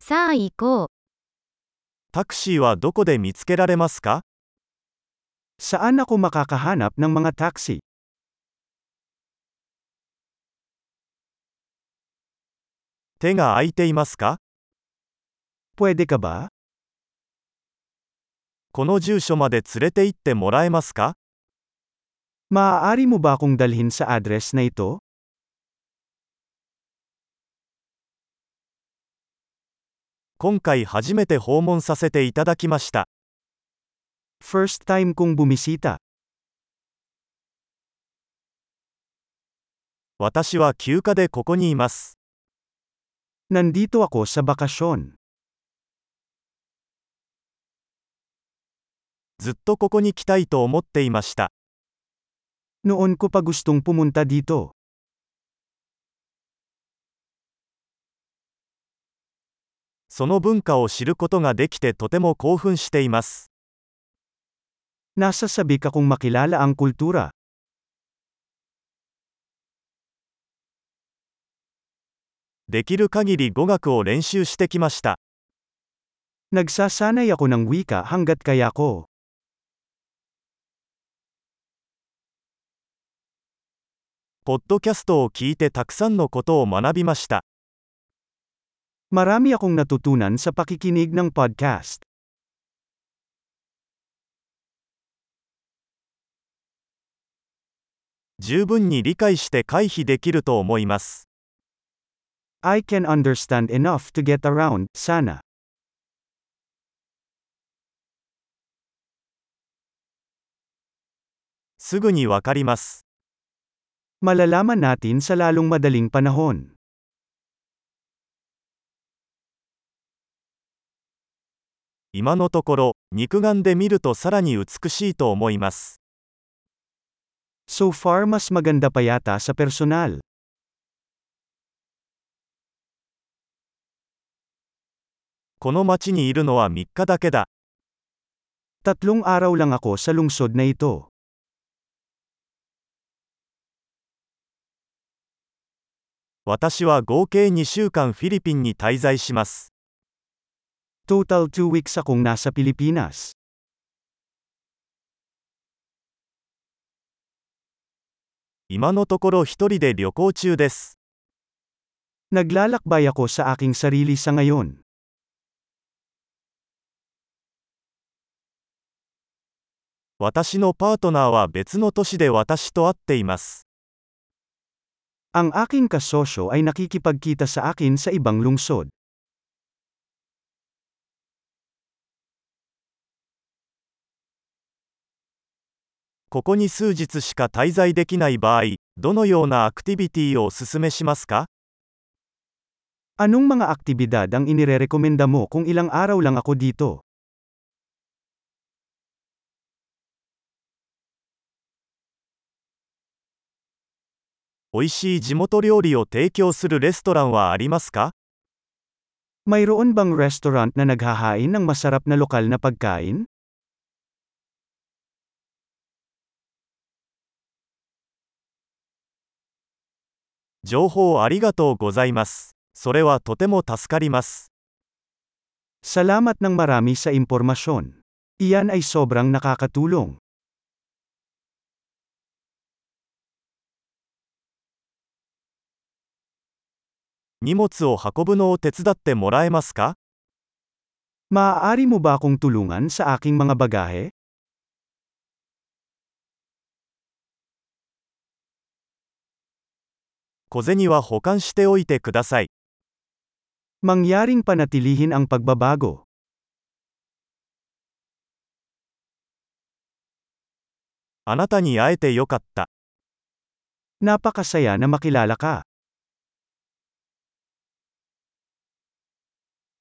さあ行こう。タクシーはどこで見つけられますか Saan ako makakahanap ng mga taxi? 手が空いていますか Pwede ka ba? この住所まで連れて行ってもらえますか Maaari mo ba akong dalhin sa address na ito? 今回初めて訪問させていただきました。 First time kong bumisita. 私は休暇でここにいます。 Nandito ako sa bakasyon. ずっとここに来たいと思っていました。 Noon ko pa gustong pumunta dito. その文化を知ることができてとても興奮しています。 Nasasabik akong makilala ang kultura. できる限り語学を練習してきました。 Nagsasanay ako ng wika hanggat kaya ko. ポッドキャストを聞いてたくさんのことを学びました。 Marami akong natutunan sa pakikinig ng podcast. 十分に理解して回避できると思います。 I can understand enough to get around, sana. すぐにわかります。 Malalaman natin sa lalong madaling panahon. 今のところ、肉眼で見るとさらに美しいと思います。 So far mas maganda pa yata sa personal. この町にいるのは3日だけだ。 Tatlong araw lang ako sa lungsod na ito. 私は合計2週間フィリピンに滞在します。 Total two weeks akong nasa Pilipinas. 今のところ一人で旅行中です。 Naglalakbay ako sa aking sarili sa ngayon. 私のパートナーは別の都市で私と会っています。 Ang aking kasosyo ay nakikipagkita sa akin sa ibang lungsod. ここに数日しか滞在できない場合、どのようなアクティビティをお勧めしますか Anong mga aktibidad ang inirerekomenda mo kung ilang araw lang ako dito? 美味しい地元料理を提供するレストランはありますか Mayroon bang restaurant na naghahain ng masarap na lokal na pagkain? 情報ありがとうございます。それはとても助かります。 Salamat ng marami sa impormasyon. Iyan ay sobrang nakakatulong. 荷物を運ぶのを手伝ってもらえますか Maaari mo ba akong tulungan sa aking mga bagahe? 小銭は保管しておいてください。 Mangyaring panatilihin ang pagbabago. あなたに会えてよかった。 Napakasaya na makilala ka.